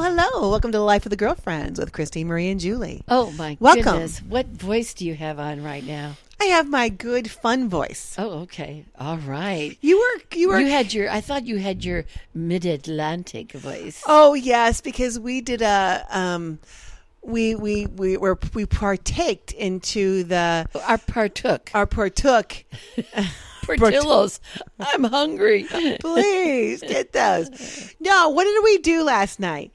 Welcome to the Life of the Girlfriends with Christine, Marie, and Julie. Oh my Welcome. goodness. What voice do you have on right now? I have my good fun voice. Oh, okay. All right. You were you were You had your I thought you had your mid Atlantic voice. Oh yes, because we did a um, we we we were we partaked into the I partook. Oh, our partook. Portillos. I'm hungry. Please get those. No, what did we do last night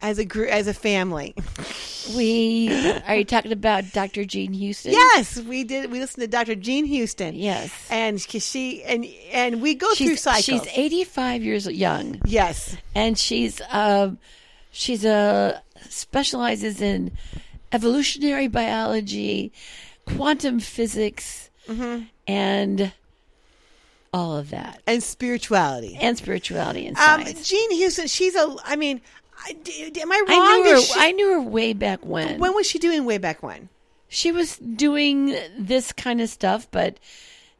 as a group as a family? We are you talking about Dr. Jean Houston? Yes, we did. We listened to Dr. Jean Houston. Yes. and she- she and and we go through She's, cycles. she's 85 years young yes, and she's um she's a specializes in evolutionary biology, quantum physics Mm-hmm. and all of that. and spirituality. and spirituality and Um, science. Jean Houston. She's a. I mean, I, d- d- am I wrong? I knew her. Did she- I knew her way back when. when was she doing way back when? she was doing this kind of stuff, but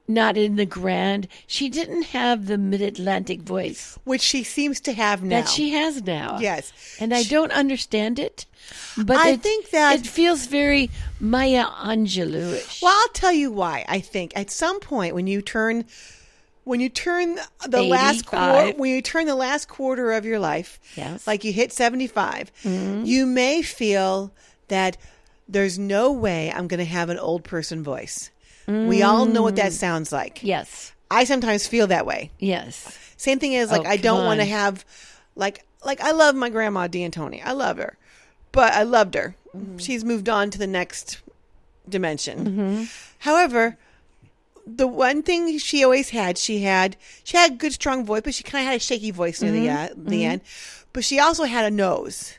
not in the grand. She didn't have the mid-Atlantic voice Which she seems to have now. that she has now. Yes. and I don't understand it, but I it- think that- it feels very Maya Angelouish. Well, I'll tell you why. I think at some point when you turn when you turn the last quarter 85. when you turn the last quarter of your life, Yes. Mm-hmm. like you hit 75, you may feel that there's no way I'm going to have an old person voice. We all know what that Mm. sounds like. yes, I sometimes feel that way. yes, Same thing as like Oh, I don't come want to on. have like like I love my grandma D'Antoni. I love her. But I loved her. Mm-hmm. She's moved on to the next dimension. Mm-hmm. However, the one thing she always had, she had she had a good strong voice, but she kind of had a shaky voice near Mm-hmm. the uh, the end. But she also had a nose.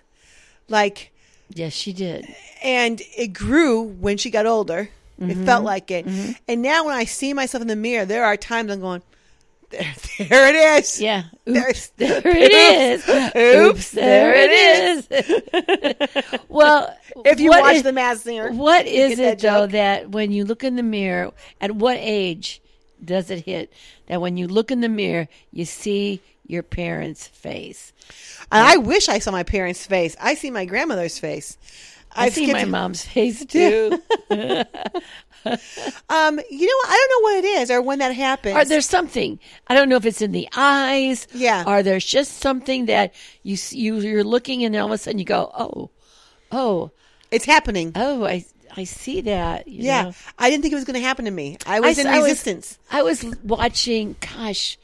Like yes. She did. and it grew when she got older. It Mm-hmm. felt like it. And now when I see myself in the mirror, there are times I'm going, there, there it is. Yeah. There's- Oops, there it is. Oops, there it is. well, If you what watch is- The Masked Singer, what you is get it that though joke. that when you look in the mirror, at what age does it hit that when you look in the mirror, you see your parents' face? And I wish I saw my parents' face. I see my grandmother's face. I I've see skipped- my mom's face too. Um, you know, what? I don't know what it is or when that happens. Are there something? I don't know if it's in the eyes. Yeah. Are there just something that you s- you you're looking and all of a sudden you go, oh, oh, it's happening. oh, I I see that. you yeah, know? I didn't think it was going to happen to me. I was in s- resistance. I was, watching. Gosh,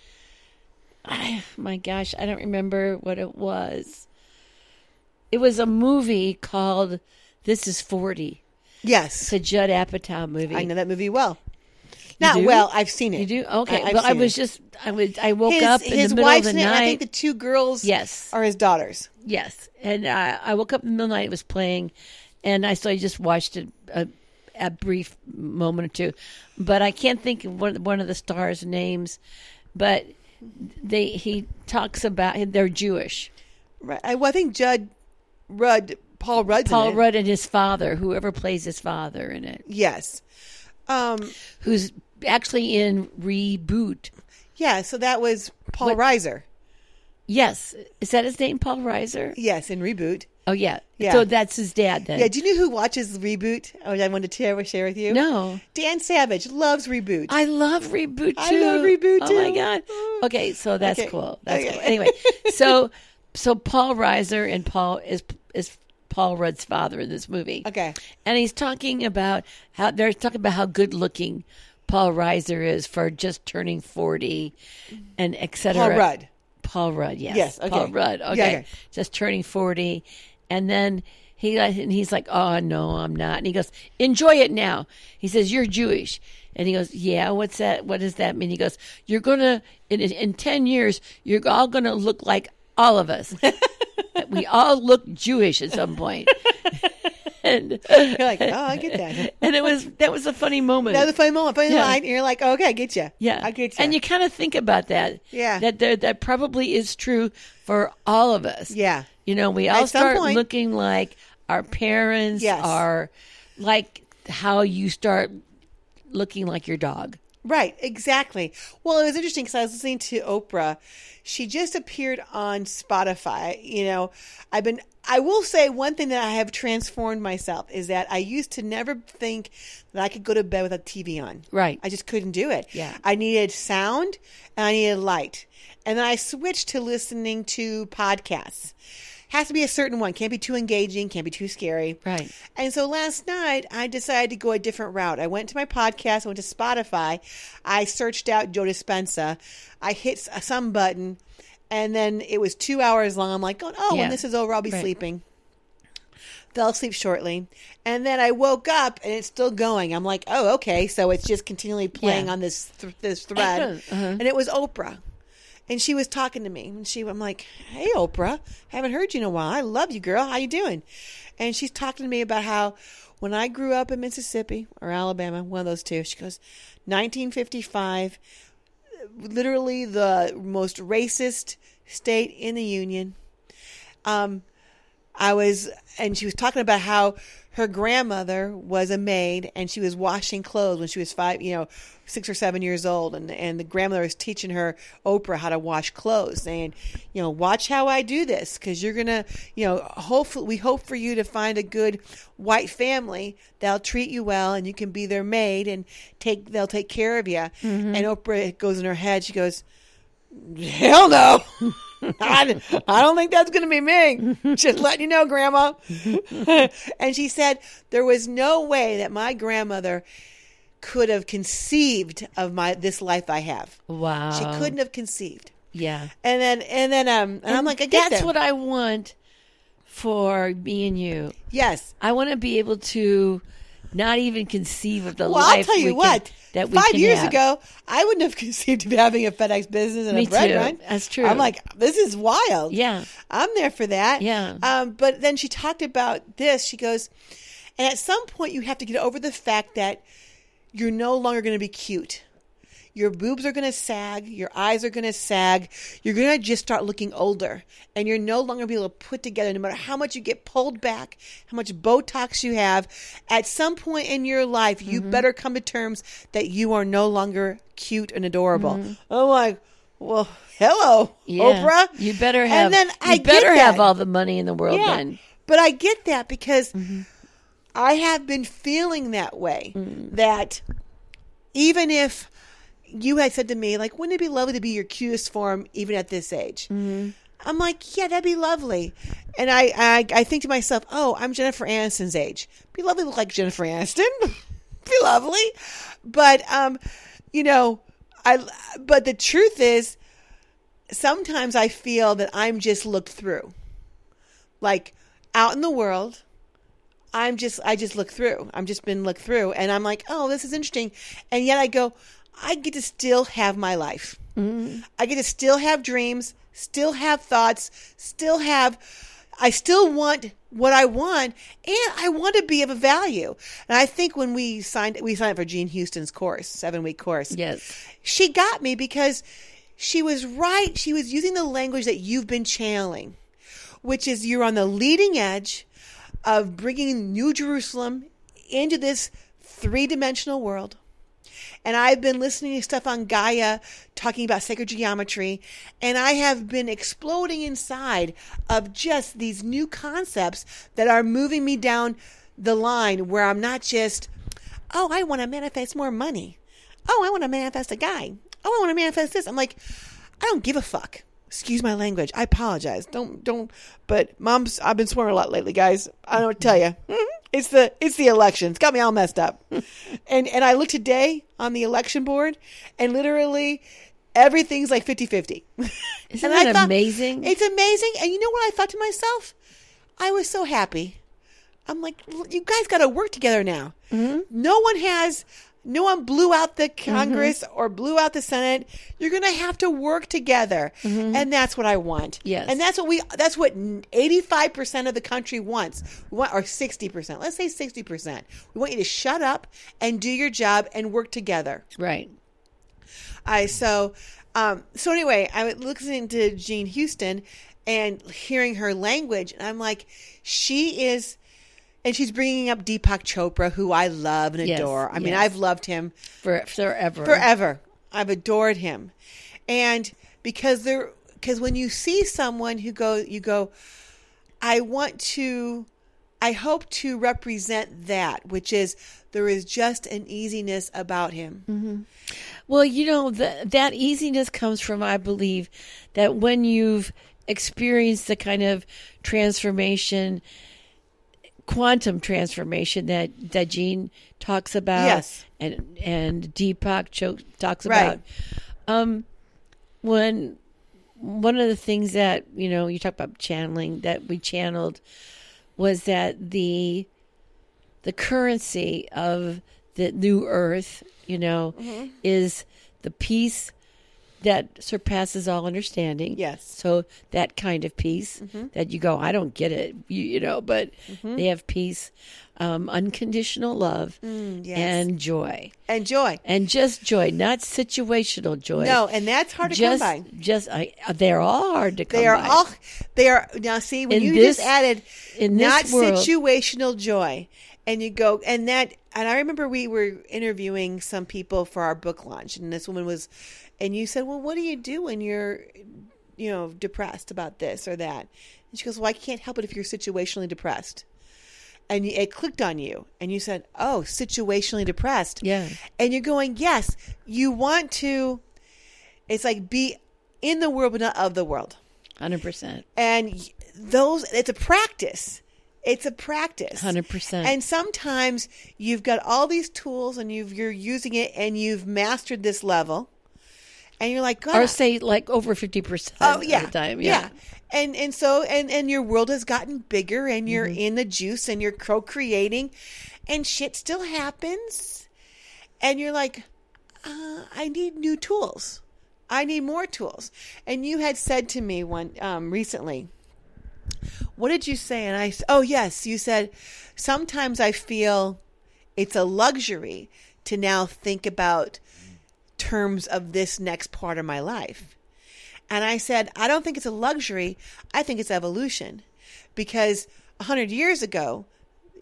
I, my gosh, I don't remember what it was. It was a movie called "This Is 40. yes, It's a Judd Apatow movie. I know that movie well. Not do? well. I've seen it. You do okay. I, I've well, I seen was it. just I was I woke his, up in his the middle of wife's the name. night. I think the two girls. Yes. are his daughters. yes, and I, I woke up in the middle of the night. It was playing, and I so I just watched it a, a brief moment or two, but I can't think of one one of the stars' names, but. They he talks about they're Jewish, Right. I, well, I think Judd Rudd, Paul Rudd's in Paul it. Rudd and his father, whoever plays his father in it, Yes. Um, who's actually in reboot. yeah. So that was Paul What- Reiser. Yes, is that his name, Paul Reiser? Yes, in reboot. Oh yeah, Yeah. So that's his dad then. Yeah. Do you know who watches reboot? Oh, I wanted to share, share with you. no, Dan Savage loves reboot. I love reboot too. I love Reboot, Oh too. my god. Okay, so that's Okay. cool. That's Okay. cool. Anyway, so so Paul Reiser and Paul is is Paul Rudd's father in this movie. Okay. and he's talking about how they're talking about how good looking Paul Reiser is for just turning forty, and et cetera. Paul Rudd. Paul Rudd, yes. Yes, okay. Paul Rudd. Okay. okay. Just turning 40. And then he and he's like, "Oh, no, I'm not." And he goes, "Enjoy it now." He says, "You're Jewish." And he goes, "Yeah, what's that? What does that mean?" He goes, "You're going to in in 10 years, you're all going to look like all of us." we all look Jewish at some point. and You're like, oh, I get that. and it was that was a funny moment. That was a funny moment, funny Yeah. line. And you're like, okay, I get you. Yeah, I get you. And you kind of think about that. Yeah. that there, that probably is true for all of us. Yeah. you know, we all At some start point. looking like our parents. Yes. are like how you start looking like your dog. Right, exactly. Well, it was interesting because I was listening to Oprah. She just appeared on Spotify. You know, I've been, I will say one thing that I have transformed myself is that I used to never think that I could go to bed without TV on. Right. I just couldn't do it. Yeah. I needed sound and I needed light. And then I switched to listening to podcasts. Has to be a certain one. Can't be too engaging, can't be too scary. Right. And so last night, I decided to go a different route. I went to my podcast, I went to Spotify, I searched out Joe Dispenza, I hit s- some button, and then it was two hours long. I'm like, oh, oh, Yeah. when this is over, I'll be Right. sleeping. Fell asleep shortly. And then I woke up and it's still going. I'm like, oh, okay. So it's just continually playing Yeah. on this th- this thread. Uh-huh. And it was Oprah. And she was talking to me. And she, I'm like, hey, Oprah, haven't heard you in a while. I love you, girl. How you doing? And she's talking to me about how when I grew up in Mississippi or Alabama, one of those two, she goes, 1955, literally the most racist state in the union. Um, I was, and she was talking about how her grandmother was a maid and she was washing clothes when she was five, you know, six or seven years old. And, and the grandmother was teaching her, Oprah, how to wash clothes, saying, you know, watch how I do this because you're going to, you know, hopefully, we hope for you to find a good white family that'll treat you well and you can be their maid and take, they'll take care of you. And Oprah it goes in her head, she goes, hell no. I, I don't think that's going to be me. Just letting you know, Grandma. and she said there was no way that my grandmother could have conceived of my this life I have. Wow. She couldn't have conceived. Yeah. And then and then um and, I'm like I get That's that. what I want for me and you. yes. I want to be able to not even conceive of the Well, life I'll tell we you can- what. that we Five can years have. ago, I wouldn't have conceived of having a FedEx business and Me a bread too. run. That's true. I'm like, this is wild. Yeah. I'm there for that. Yeah. Um, but then she talked about this. She goes, and at some point, you have to get over the fact that you're no longer going to be cute. Your boobs are going to sag. Your eyes are going to sag. You're going to just start looking older. And you're no longer be able to put together, no matter how much you get pulled back, how much Botox you have. At some point in your life, you Mm-hmm. better come to terms that you are no longer cute and adorable. I'm like, well, hello, Mm-hmm. Yeah. Oprah. You better And have. then you I get better have that. all the money in the world. Then But I get that because I have been feeling that way. That even if you had said to me, like, wouldn't it be lovely to be your cutest form even at this age? I'm like, yeah, that'd be lovely. And I, I, I think to myself, oh, I'm Jennifer Aniston's age. Be lovely to look like Jennifer Aniston. be lovely. But, um, you know, I, but the truth is, sometimes I feel that I'm just looked through. Like out in the world, I'm just I just look through. I'm just been looked through and I'm like, "Oh, this is interesting." And yet I go, "I get to still have my life. I get to still have dreams, still have thoughts, still have I still want what I want and I want to be of a value." And I think when we signed we signed up for Gene Houston's course, 7-week course yes, she got me because she was right. She was using the language that you've been channeling, which is you're on the leading edge of bringing New Jerusalem into this three dimensional world. And I've been listening to stuff on Gaia talking about sacred geometry, and I have been exploding inside of just these new concepts that are moving me down the line where I'm not just, oh, I want to manifest more money. Oh, I want to manifest a guy. Oh, I want to manifest this. I'm like, I don't give a fuck. Excuse my language. I apologize. Don't don't. But mom's. I've been swearing a lot lately, guys. I don't tell you. It's the it's the election. It's got me all messed up. And and I looked today on the election board, and literally everything's like 50-50. Isn't And I that thought- amazing? It's amazing. And you know what I thought to myself? I was so happy. I'm like, "L- you guys got to work together now. No one has, no one blew out the Congress or blew out the Senate. You're going to have to work together. And that's what I want. Yes. And that's what we, that's what 85% of the country wants. We want, or 60%. Let's say 60%. We want you to shut up and do your job and work together. right. I so um so anyway, I was listening to Jean Houston and hearing her language and I'm like she is and she's bringing up Deepak Chopra, who I love and Yes, adore. I mean, yes. I've loved him for forever. forever. I've adored him, and because there, because when you see someone who go, you go, I want to, I hope to represent that, which is there is just an easiness about him. Mm-hmm. Well, you know that that easiness comes from, I believe, that when you've experienced the kind of transformation, quantum transformation that that Jean talks about, Yes. and and Deepak Cho- talks Right. about, um, when one of the things that you know you talk about channeling that we channeled was that the the currency of the new earth, you know, Mm-hmm. is the peace that surpasses all understanding. Yes. Mm-hmm. So that kind of peace that you go, I don't get it, you, you know, but they have peace, um, unconditional love, Mm, yes. and joy. And joy, And just joy, not situational joy. no, and that's hard to just, come by. just I, they're all hard to come They are by. all. They are now. See, when In you this- just added in this not world- situational joy, and you go and that, and I remember we were interviewing some people for our book launch, and this woman was, and you said, "Well, what do you do when you're, you know, depressed about this or that?" And she goes, "Well, I can't help it if you're situationally depressed." And you- it clicked on you, and you said, "Oh, situationally depressed." Yeah. and you're going, "Yes, you want to." It's like be in the world, but not of the world hundred percent. and y- those it's a practice it's a practice 100%. and sometimes you've got all these tools and you've you're using it and you've mastered this level and you're like God, Or say like over fifty percent oh of yeah, the time. and and so and and your world has gotten bigger and you're Mm-hmm. in the juice and you're co-creating and shit still happens and you're like uh, i need new tools i need more tools and you had said to me one um, recently what did you say? And I, s- oh, yes, you said, sometimes I feel it's a luxury to now think about terms of this next part of my life. And I said, I don't think it's a luxury. I think it's evolution because a 100 years ago,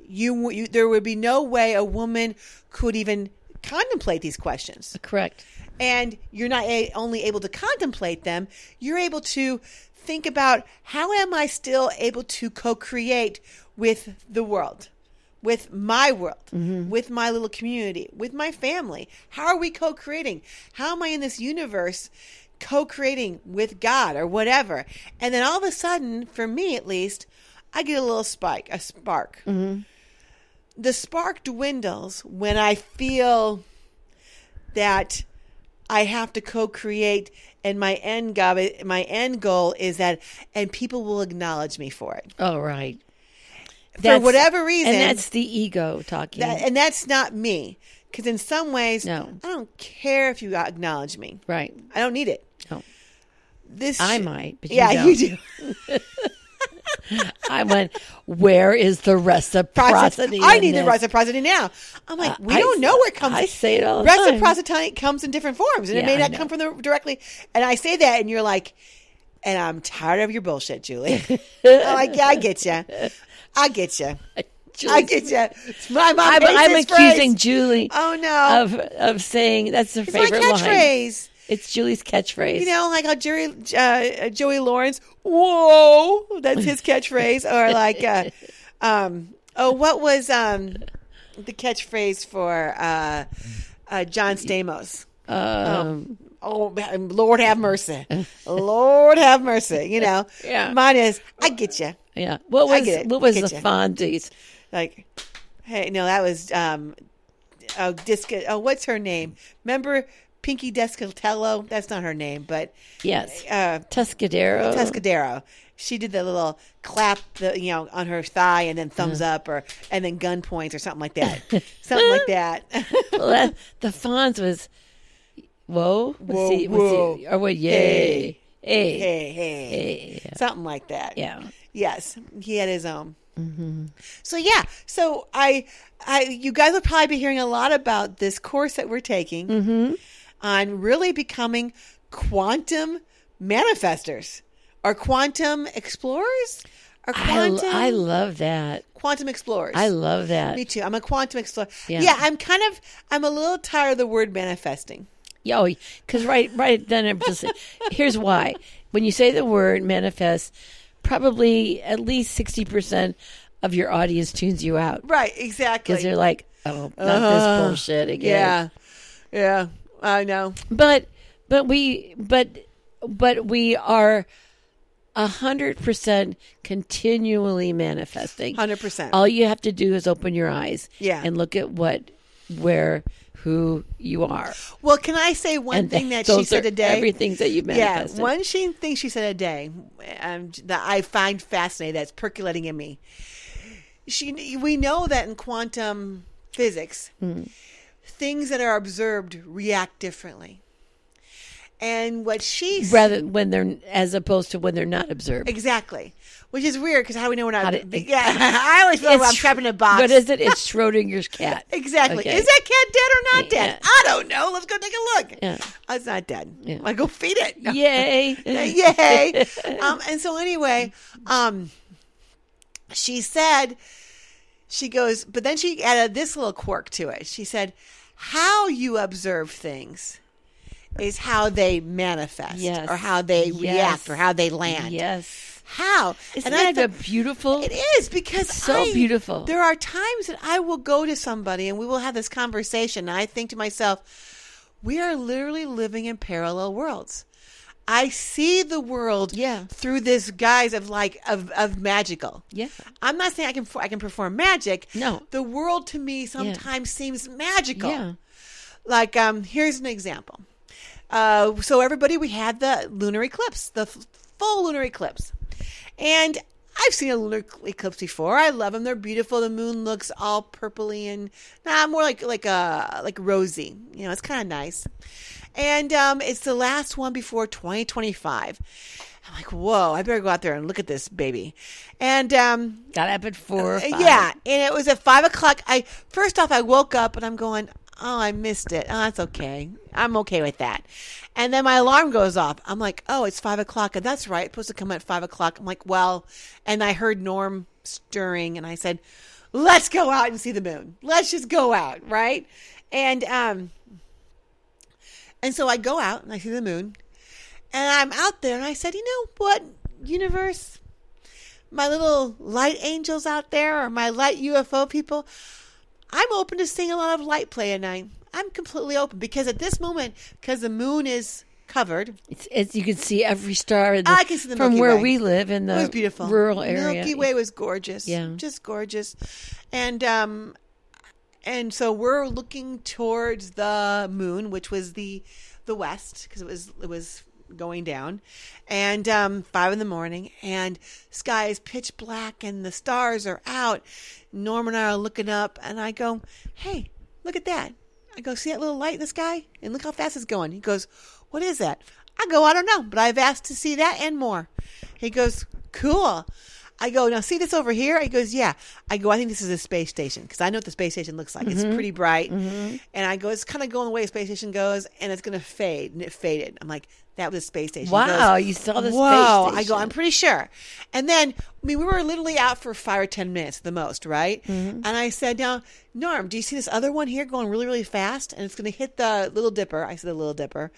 you, you there would be no way a woman could even contemplate these questions Correct. and you're not a- only able to contemplate them, you're able to think about how am I still able to co create with the world, with my world, with my little community, with my family? How are we co creating? How am I in this universe? Co creating with God or whatever. And then all of a sudden, for me at least, I get a little spike, a spark. The spark dwindles when I feel that I have to co-create and my end goal my end goal is that and people will acknowledge me for it. All right. for whatever reason. and that's the ego talking. that- and that's not me cuz in some ways No. I don't care if you acknowledge me. right. I don't need it. No. This I sh- might, but you Yeah, don't. you do. I went. Where is the reciprocity? Reciprocity. I in need the this? reciprocity now. I'm like, we Uh, I- don't know where it comes. I say it all the time. Reciprocity comes in different forms, and it Yeah, may I not know. come from the directly. And I say that, and you're like, and I'm tired of your bullshit, Julie. I'm like, yeah, I get you. I get you. Julie's- I get you. It's my mom. I'm, hates I'm this accusing phrase. Julie Oh no, of of saying that's her it's my favorite line. catchphrase. It's Julie's catchphrase. You know, like how Jerry, uh, Joey Lawrence, whoa, that's his catchphrase. or like, uh, um, oh, what was um, the catchphrase for uh, uh, John Stamos? um, Oh, Lord have mercy. Lord have mercy. You know, Yeah. mine is, I get you. yeah. What Oh. I was get it. what was I the get you. Fondies? Like, hey, no, that was, um, oh, Disco, oh, what's her name? Remember Pinky Descatello? That's not her name, but. Yes, Uh, Tuscadero. Pescadero. She did the little clap, the, you know, on her thigh, and then thumbs up, or and then gun points, or something like that, something like that. Well, that- the Fonz was whoa, was Whoa, he- was he- whoa. or what? Yay, hey, hey, hey, something like that. yeah. Yes, he had his own. Mm-hmm. So yeah, so I, I, you guys will probably be hearing a lot about this course that we're taking Mm-hmm. on really becoming quantum manifestors or quantum explorers are I, quantum I love that. quantum explorers. I love that. Me too. I'm a quantum explorer. Yeah. Yeah. I'm kind of I'm a little tired of the word manifesting. Yeah, because right, right then I'm just. here's why: when you say the word manifest, probably at least sixty percent of your audience tunes you out Right, exactly. because they're like, "Oh, not Uh, this bullshit again." yeah. Yeah. I know. but but we but but we are a hundred percent continually manifesting. 100%. All you have to do is open your eyes, Yeah. and look at what, where, who you are, Well, can I say one and thing that she those said are today? everything that you Yeah, manifested. one she, thing she said today um, that I find fascinating that's percolating in me. She, we know that in quantum physics, Hmm. things that are observed react differently. And what she s- rather when they're as opposed to when they're not observed. exactly, which is weird because how do we know we're not? How did- yeah, I always feel like oh, I'm It's- trapped in a box. What is it? It's Schrodinger's cat. Exactly. Okay. Is that cat dead or not dead? Yeah. I don't know. Let's go take a look. Yeah. Oh, it's not dead. Yeah. I go feed it. No. Yay! Yay. um, and so anyway, um, she said, she goes, but then she added this little quirk to it. She said, how you observe things is how they manifest Yes. or how they Yes. react or how they land. Yes. How? Isn't I that a thought- beautiful? it is because So I- beautiful. There are times that I will go to somebody and we will have this conversation. And I think to myself, we are literally living in parallel worlds. I see the world Yeah. through this guise of like of, of magical. Yeah. I'm not saying I can I can perform magic. No. The world to me sometimes seems magical Yeah. like um here's an example uh so everybody we had the lunar eclipse the f- full lunar eclipse and i've seen a lunar c- eclipse before i love them they're beautiful the moon looks all purpley and nah more like like uh like rosy you know it's kind of nice and um it's the last one before 2025 i'm like whoa i better go out there and look at this baby and um Got up at four. Or uh, five. Yeah, and it was at five o'clock. I first off, I woke up and I'm going, oh, I missed it. Oh, that's okay. I'm okay with that. And then my alarm goes off. I'm like, oh, it's five o'clock. And that's right. It's supposed to come at five o'clock. I'm like, well, and I heard Norm stirring, and I said, let's go out and see the moon. Let's just go out, right? And um, and so I go out and I see the moon, and I'm out there, and I said, you know what, universe my little light angels out there or my light UFO people, I'm open to seeing a lot of light play at night. I'm completely open because at this moment, because the moon is covered, It's, it's you can see every star. in I can see the from Milky where Way. we live in the it was beautiful. rural area. Milky Way was gorgeous. Yeah. just gorgeous, and um, and so we're looking towards the moon, which was the the west because it was it was going down, and um, five in the morning, and sky is pitch black, and the stars are out. Norm and I are looking up, and I go, "Hey, look at that!" I go, "See that little light in the sky? And look how fast it's going." He goes, "What is that?" I go, "I don't know, but I've asked to see that and more." He goes, "Cool." I go, now see this over here? He goes, yeah. I go, I think this is a space station because I know what the space station looks like. Mm-hmm. It's pretty bright. And I go, it's kind of going the way a space station goes and it's going to fade. And it faded. I'm like, that was a space station. He Wow, goes, you saw the space Whoa. I go, station. I'm pretty sure. And then, I mean, we were literally out for five or 10 minutes, the most, right? Mm-hmm. And I said, now, Norm, do you see this other one here going really, really fast? And it's going to hit the Little Dipper. I said, the Little Dipper.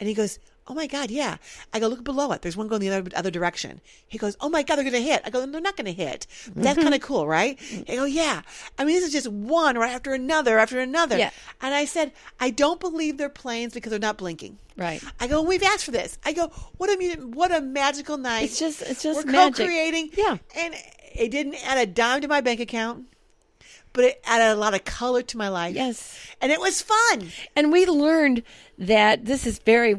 And he goes, Oh my God, yeah. I go, look below it. There's one going the other, other direction. He goes, Oh my God, they're going to hit. I go, They're not going to hit. That's kind of cool, right? I go, Yeah. I mean, this is just one right after another after another. Yeah. And I said, I don't believe they're planes because they're not blinking. Right. I go, We've asked for this. I go, What a, mu- what a magical night. It's just- it's just We're magic. co-creating. Yeah. And it didn't add a dime to my bank account, but it added a lot of color to my life. Yes. And it was fun. And we learned that this is very,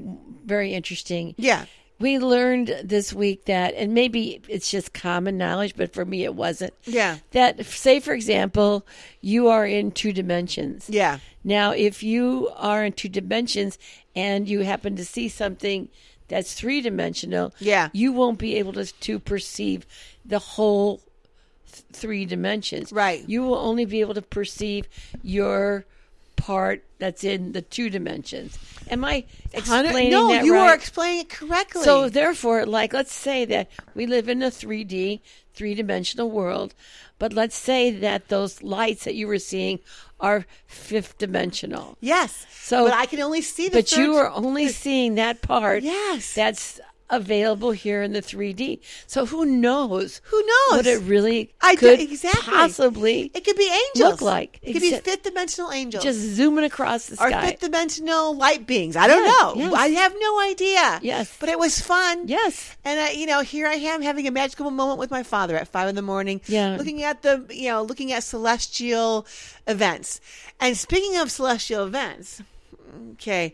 very interesting. Yeah. We learned this week that, and maybe it's just common knowledge, but for me it wasn't. Yeah. That, say, for example, you are in two dimensions. Yeah. Now, if you are in two dimensions and you happen to see something that's three dimensional, Yeah. you won't be able to, to perceive the whole th- three dimensions. Right. You will only be able to perceive your part that's in the two dimensions. Am I Hundred- explaining no, that you right? are explaining it correctly. So therefore, like let's say that we live in a 3D, three-dimensional world, but let's say that those lights that you were seeing are fifth dimensional. yes. So- but I can only see the. But you third- are only seeing that part Yes. that's available here in the 3D. So who knows? Who knows? What it really I do- could exactly. possibly It could be angels. look like. It could be Exa- fifth dimensional angels. just zooming across the or sky. fifth dimensional light beings. I don't Yeah, know. yes. I have no idea. Yes. But it was fun. yes. And I, you know, here I am having a magical moment with my father at five in the morning. Yeah. Looking at the, you know, looking at celestial events. And speaking of celestial events, okay,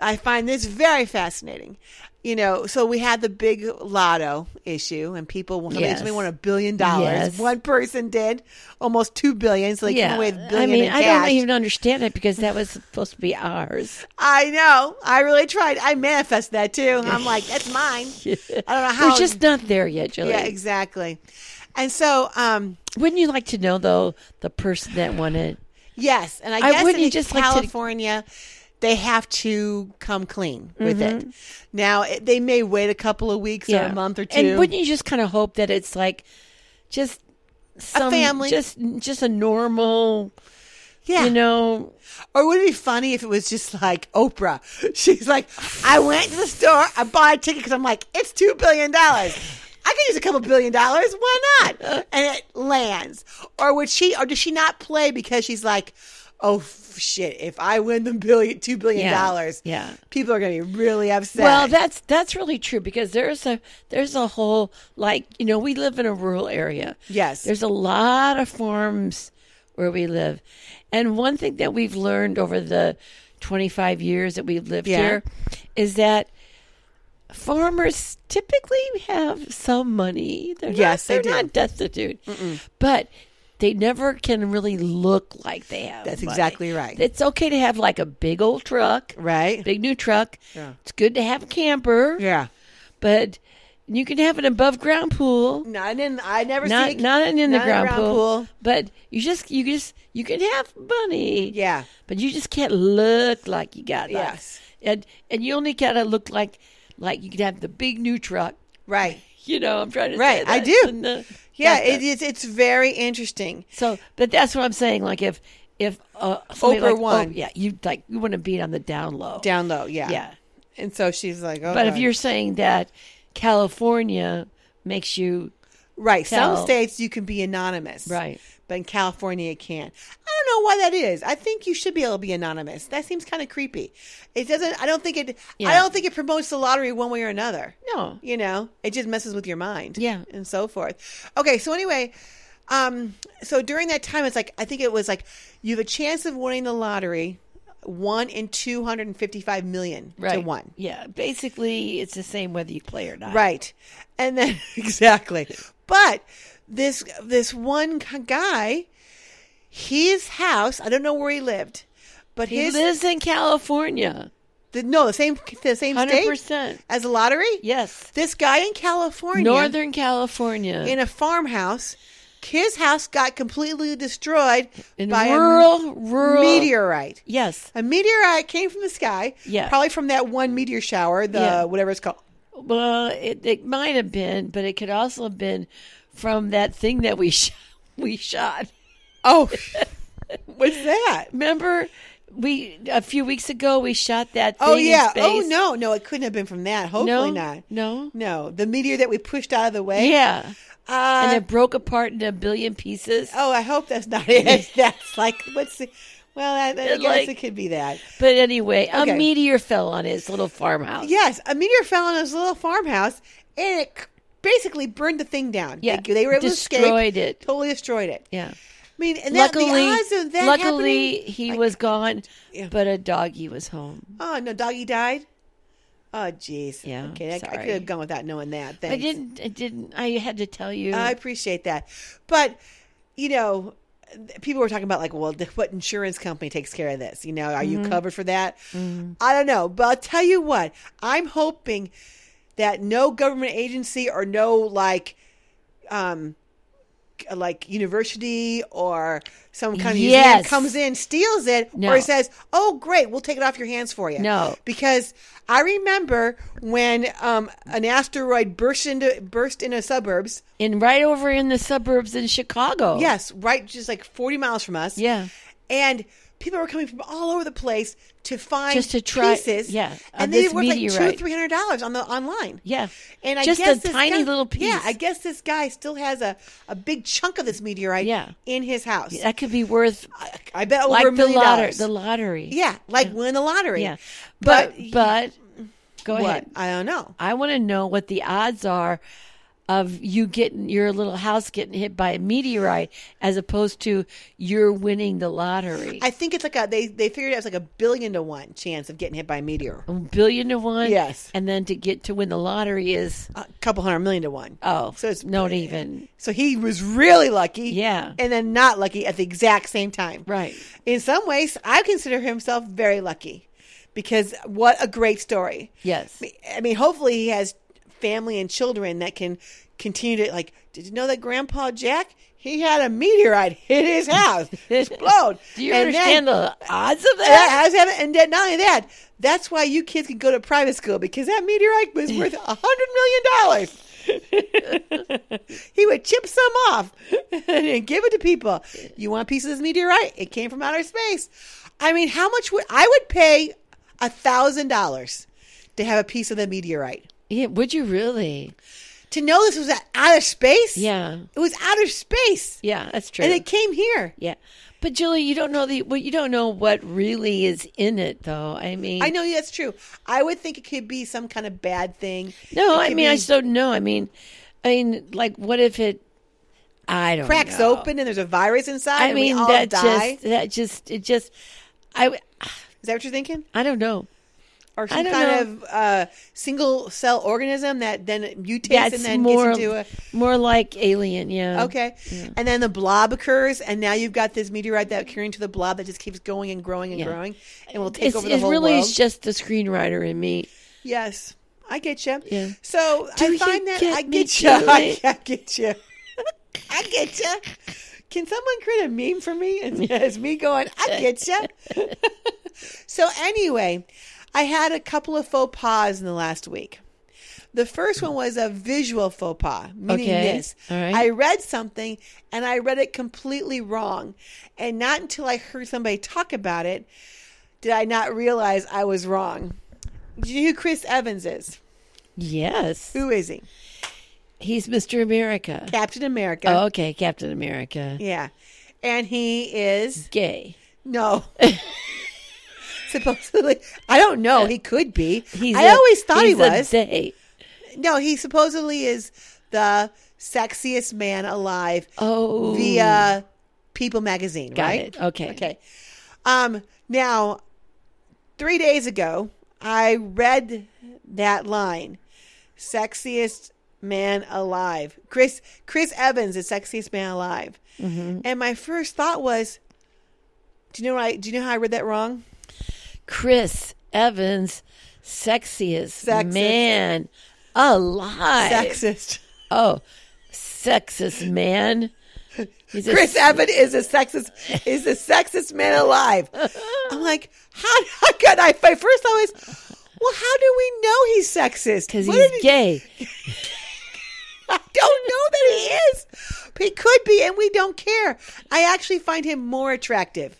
I find this very fascinating. You know, so we had the big lotto issue, and people somebody, Yes. somebody won a billion dollars. Yes. One person did almost two billion, so they came yeah. away with a I billion. mean, in I cash. don't even understand it because that was supposed to be ours. I know. I really tried. I manifest that too. I'm like, that's mine. I don't know how. We're just not there yet, Julie. yeah, exactly. And so, um, Wouldn't you like to know though the person that won it? yes, and I, I guess wouldn't in just like to- California, they have to come clean with it. Now it, they may wait a couple of weeks or a month or two. Mm-hmm. And wouldn't you just kind of hope that it's like just some family. just just a normal, yeah. you know, Or would it be funny if it was just like Oprah? She's like, I went to the store, I bought a ticket because I'm like, it's two billion dollars. I can use a couple billion dollars. Why not? And it lands. Or would she? Or does she not play because she's like, oh f- shit! If I win the billion, two billion dollars, yeah. people are gonna be really upset. Well, that's that's really true because there's a there's a whole like you know we live in a rural area. Yes. there's a lot of farms where we live, and one thing that we've learned over the 25 years that we've lived Yeah. here is that farmers typically have some money. They're Yes, they not, do. they're not destitute, but they never can really look like they have. That's money. exactly right. It's okay to have like a big old truck, right? big new truck. It's good to have a camper, Yeah. but you can have an above ground pool, No, I didn't. I never not seen a- not an in the Mm. not a ground ground pool, pool. But you just you just you can have money, Yeah. But you just can't look like you got that. Yes. and and you only gotta look like like you could have the big new truck. Right. You know, I'm trying to Right, say I that. do. And the- Yeah. that- It, it's it's very interesting. so, but that's what I'm saying. Like if if uh, somebody Oprah like, won. oh, yeah, you like you want to be on the down low, Down low. Yeah. yeah. And so she's like, oh, But if God. you're saying that California makes you Right. Some tell. states you can be anonymous. Right. But in California, it can't. I don't know why that is. I think you should be able to be anonymous. That seems kind of creepy. It doesn't. I don't think it. I Yeah. don't think it promotes the lottery one way or another. No. You know, it just messes with your mind. Yeah. And so forth. Okay. So anyway, um, so during that time, it's like I think it was like you have a chance of winning the lottery, one in two hundred and fifty-five million to one. Yeah, basically it's the same whether you play or not. Right. And then exactly. But this this one c- guy, his house, I don't know where he lived, but He his lives in California. the, no, the same the same Hundred state percent. as the lottery? Yes. This guy in California Northern California. in a farmhouse, his house got completely destroyed In by rural, a rural meteorite. Yes. A meteorite came from the sky, Yeah. probably from that one meteor shower, the Yeah. whatever it's called. Well, it, it might have been, but it could also have been from that thing that we sh- we shot. Oh, what's that? Remember, we a few weeks ago we shot that. Thing Oh yeah. In space. Oh no, no, it couldn't have been from that. Hopefully No? not. No? No. The meteor that we pushed out of the way. Yeah. and Uh, it broke apart into a billion pieces. oh, I hope that's not it. that's like what's the well, I, I guess like- it could be that. But anyway, a Okay. meteor fell on his little farmhouse. Yes, a meteor fell on his little farmhouse and it c- basically burned the thing down. Yeah, They, they were able to escape. destroyed it. Totally destroyed it. Yeah. I mean, and that, Luckily, the odds of that luckily happening- he was gone, Yeah. but a doggy was home. Oh no, doggy died. Oh jeez. Yeah, Okay, I, I sorry. could have gone without knowing that. Thanks. I didn't. I didn't. I had to tell you. I appreciate that. But, you know, th- people were talking about, like, well, th- what insurance company takes care of this? You know, are you Mm-hmm. covered for that? I don't know. But I'll tell you what, I'm hoping that no government agency or no, like, um, like university or some kind of Yes. museum comes in, steals it, No. or says, "Oh, great, we'll take it off your hands for you." No. because I remember when um, an asteroid burst into burst into suburbs. And right over in the suburbs in Chicago. Yes, right, just like forty miles from us. Oh. Yeah. and people were coming from all over the place to find Just to try- pieces. yeah, of and they this were like two, meteorite. three hundred dollars on the online. Yeah. And I Just guess a this tiny guy- little piece. Yeah, I guess this guy still has a, a big chunk of this meteorite Yeah. in his house. that could be worth I, I bet over like a the million lottery. dollars. The lottery. yeah, like winning the lottery. Yeah. But But- but go What? ahead. I don't know. I want to know what the odds are of you getting your little house getting hit by a meteorite as opposed to you're winning the lottery. I think it's like a they they figured it was like a billion to one chance of getting hit by a meteor. A billion to one. Yes. And then to get to win the lottery is A couple hundred million to one. oh, So it's- not even So he was really lucky. Yeah. And then not lucky at the exact same time. right. In some ways, I consider himself very lucky because what a great story. Yes. I mean, hopefully he has family and children that can continue to like. Did you know that Grandpa Jack he had a meteorite hit his house, explode? Do you And understand Then, the odds of that that? has happened, and then not only that, that's why you kids can go to private school because that meteorite was worth a hundred million dollars. he would chip some off and give it to people. You want a piece of this meteorite? It came from outer space. I mean, how much would I would pay a thousand dollars to have a piece of the meteorite? Yeah, would you really? To know this was at outer space? Yeah. It was outer space. Yeah, that's true. And it came here. yeah. But Julie, you don't know the well, you don't know what really is in it though. I mean I know that's true. I would think it could be some kind of bad thing. No, It I could mean I be- just don't know. I mean I mean like what if it I don't cracks know. open and there's a virus inside. Oh, I and we mean all that die. just that just it just I w- Is that what you're thinking? I don't know. Or I some don't kind of uh, single cell organism that then mutates That's and then more gets into a more like alien, yeah. okay, and then the blob occurs, and now you've got this meteorite that occurring to the blob that just keeps going and growing and Yeah. growing, and will take It's, over the it whole really world. is just the screenwriter in me. yes, I get you. Yeah. So Do I you find that get I me, get you. I, Julie? I get you. I get you. Can someone create a meme for me? And it's me going, I get you. so anyway, I had a couple of faux pas in the last week. The first one was a visual faux pas, meaning Okay. this. All right. I read something and I read it completely wrong. And not until I heard somebody talk about it did I not realize I was wrong. Do you know who Chris Evans is? Yes. Who is he? He's Mr. America. Captain America. Oh, okay, Captain America. Yeah. And he is Gay. no. supposedly, I don't know. He could be. He's I a- always thought he he's a was. they. no, he supposedly is the sexiest man alive Oh, via People Magazine. got right? it. Okay. Okay. Um. Now, three days ago, I read that line, "Sexiest man alive." Chris Chris Evans is sexiest man alive, Mm-hmm. and my first thought was, "Do you know what I? Do you know how I read that wrong?" Chris Evans, sexiest, Sexist. man alive. Sexist. Oh, sexist man. He's a- Chris Evans is a sexist is the sexist man alive. I'm like, how, how could I? My first thought was, well, how do we know he's sexist? because What he's did he- gay. I don't know that he is. He could be, and we don't care. I actually find him more attractive.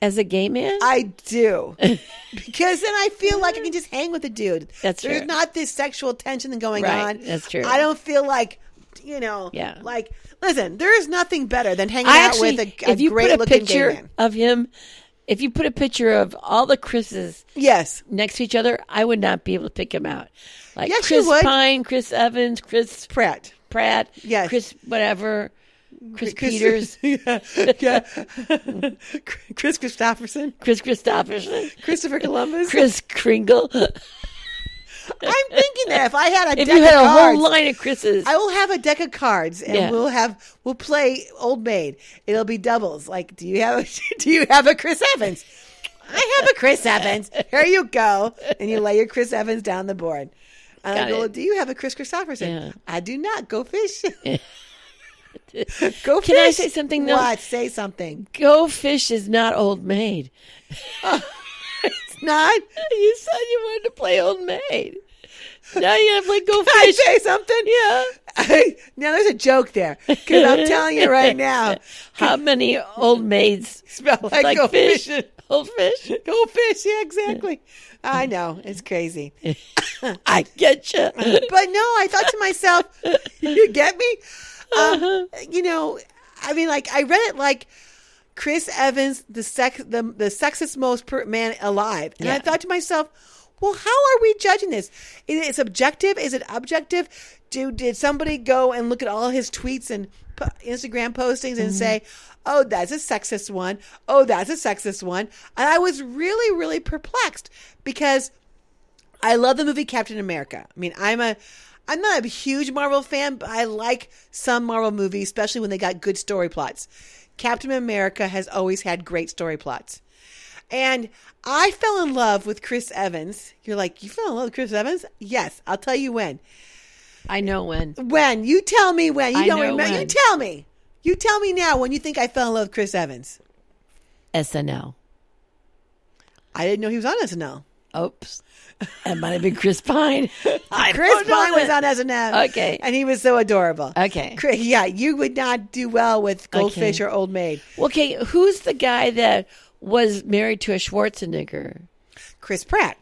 As a gay man, I do. because then I feel like I can just hang with the dude. That's There's true. not this sexual tension going Right, on. that's true. I don't feel like, you know, Yeah. like, listen, there is nothing better than hanging I out actually, with a, a if you great put a looking gay picture man. of him, if you put a picture of all the Chris's Yes. next to each other, I would not be able to pick him out. Like Yes, you Chris would. Pine, Chris Evans, Chris Pratt. Pratt, Yes. Chris whatever, Chris, Chris- Peters, yeah. yeah. Chris Christopherson. Chris Christopherson, Christopher Columbus. Chris Kringle. I'm thinking that if I had a If deck you had of a cards, whole line of Chris's, I will have a deck of cards, and Yeah. we'll have we'll play Old Maid. It'll be doubles. Like, do you have do you have a Chris Evans? I have a Chris Evans. Here you go, and you lay your Chris Evans down the board. And I Got go, it. do you have a Chris Christopherson? Yeah. I do not. Go fish. Go Can I fish. say something? No. What? Say something. Go fish is not old maid. Not. You said you wanted to play old maid. Now you're gonna play go I fish. say something. Yeah. now there's a joke there because I'm telling you right now. How many old maids Smell like, like go fish? fish. Old fish. Go fish. Yeah, exactly. I know it's crazy, but I get you. no, I thought to myself, you get me. Um, you know, I mean, like I read it like Chris Evans, the sex, the the sexist most per- man alive, and I Yeah. thought to myself, well, how are we judging this? Is it subjective? Is it objective? Do did somebody go and look at all his tweets and p- Instagram postings and say? Oh, that's a sexist one. Oh, that's a sexist one. And I was really, really perplexed because I love the movie Captain America. I mean, I'm a I'm not a huge Marvel fan, but I like some Marvel movies, especially when they got good story plots. Captain America has always had great story plots. And I fell in love with Chris Evans. You're like, you fell in love with Chris Evans? Yes, I'll tell you when. I know when. When you tell me when you I don't know remember, you when. tell me. You tell me now when you think I fell in love with Chris Evans. SNL. I didn't know he was on SNL. Oops. That might have been Chris Pine. I Chris don't know Pine was that. on SNL. Okay. And he was so adorable. Okay. Chri- Yeah, you would not do well with Goldfish Okay. or Old Maid. Okay, who's the guy that was married to a Schwarzenegger? Chris Pratt.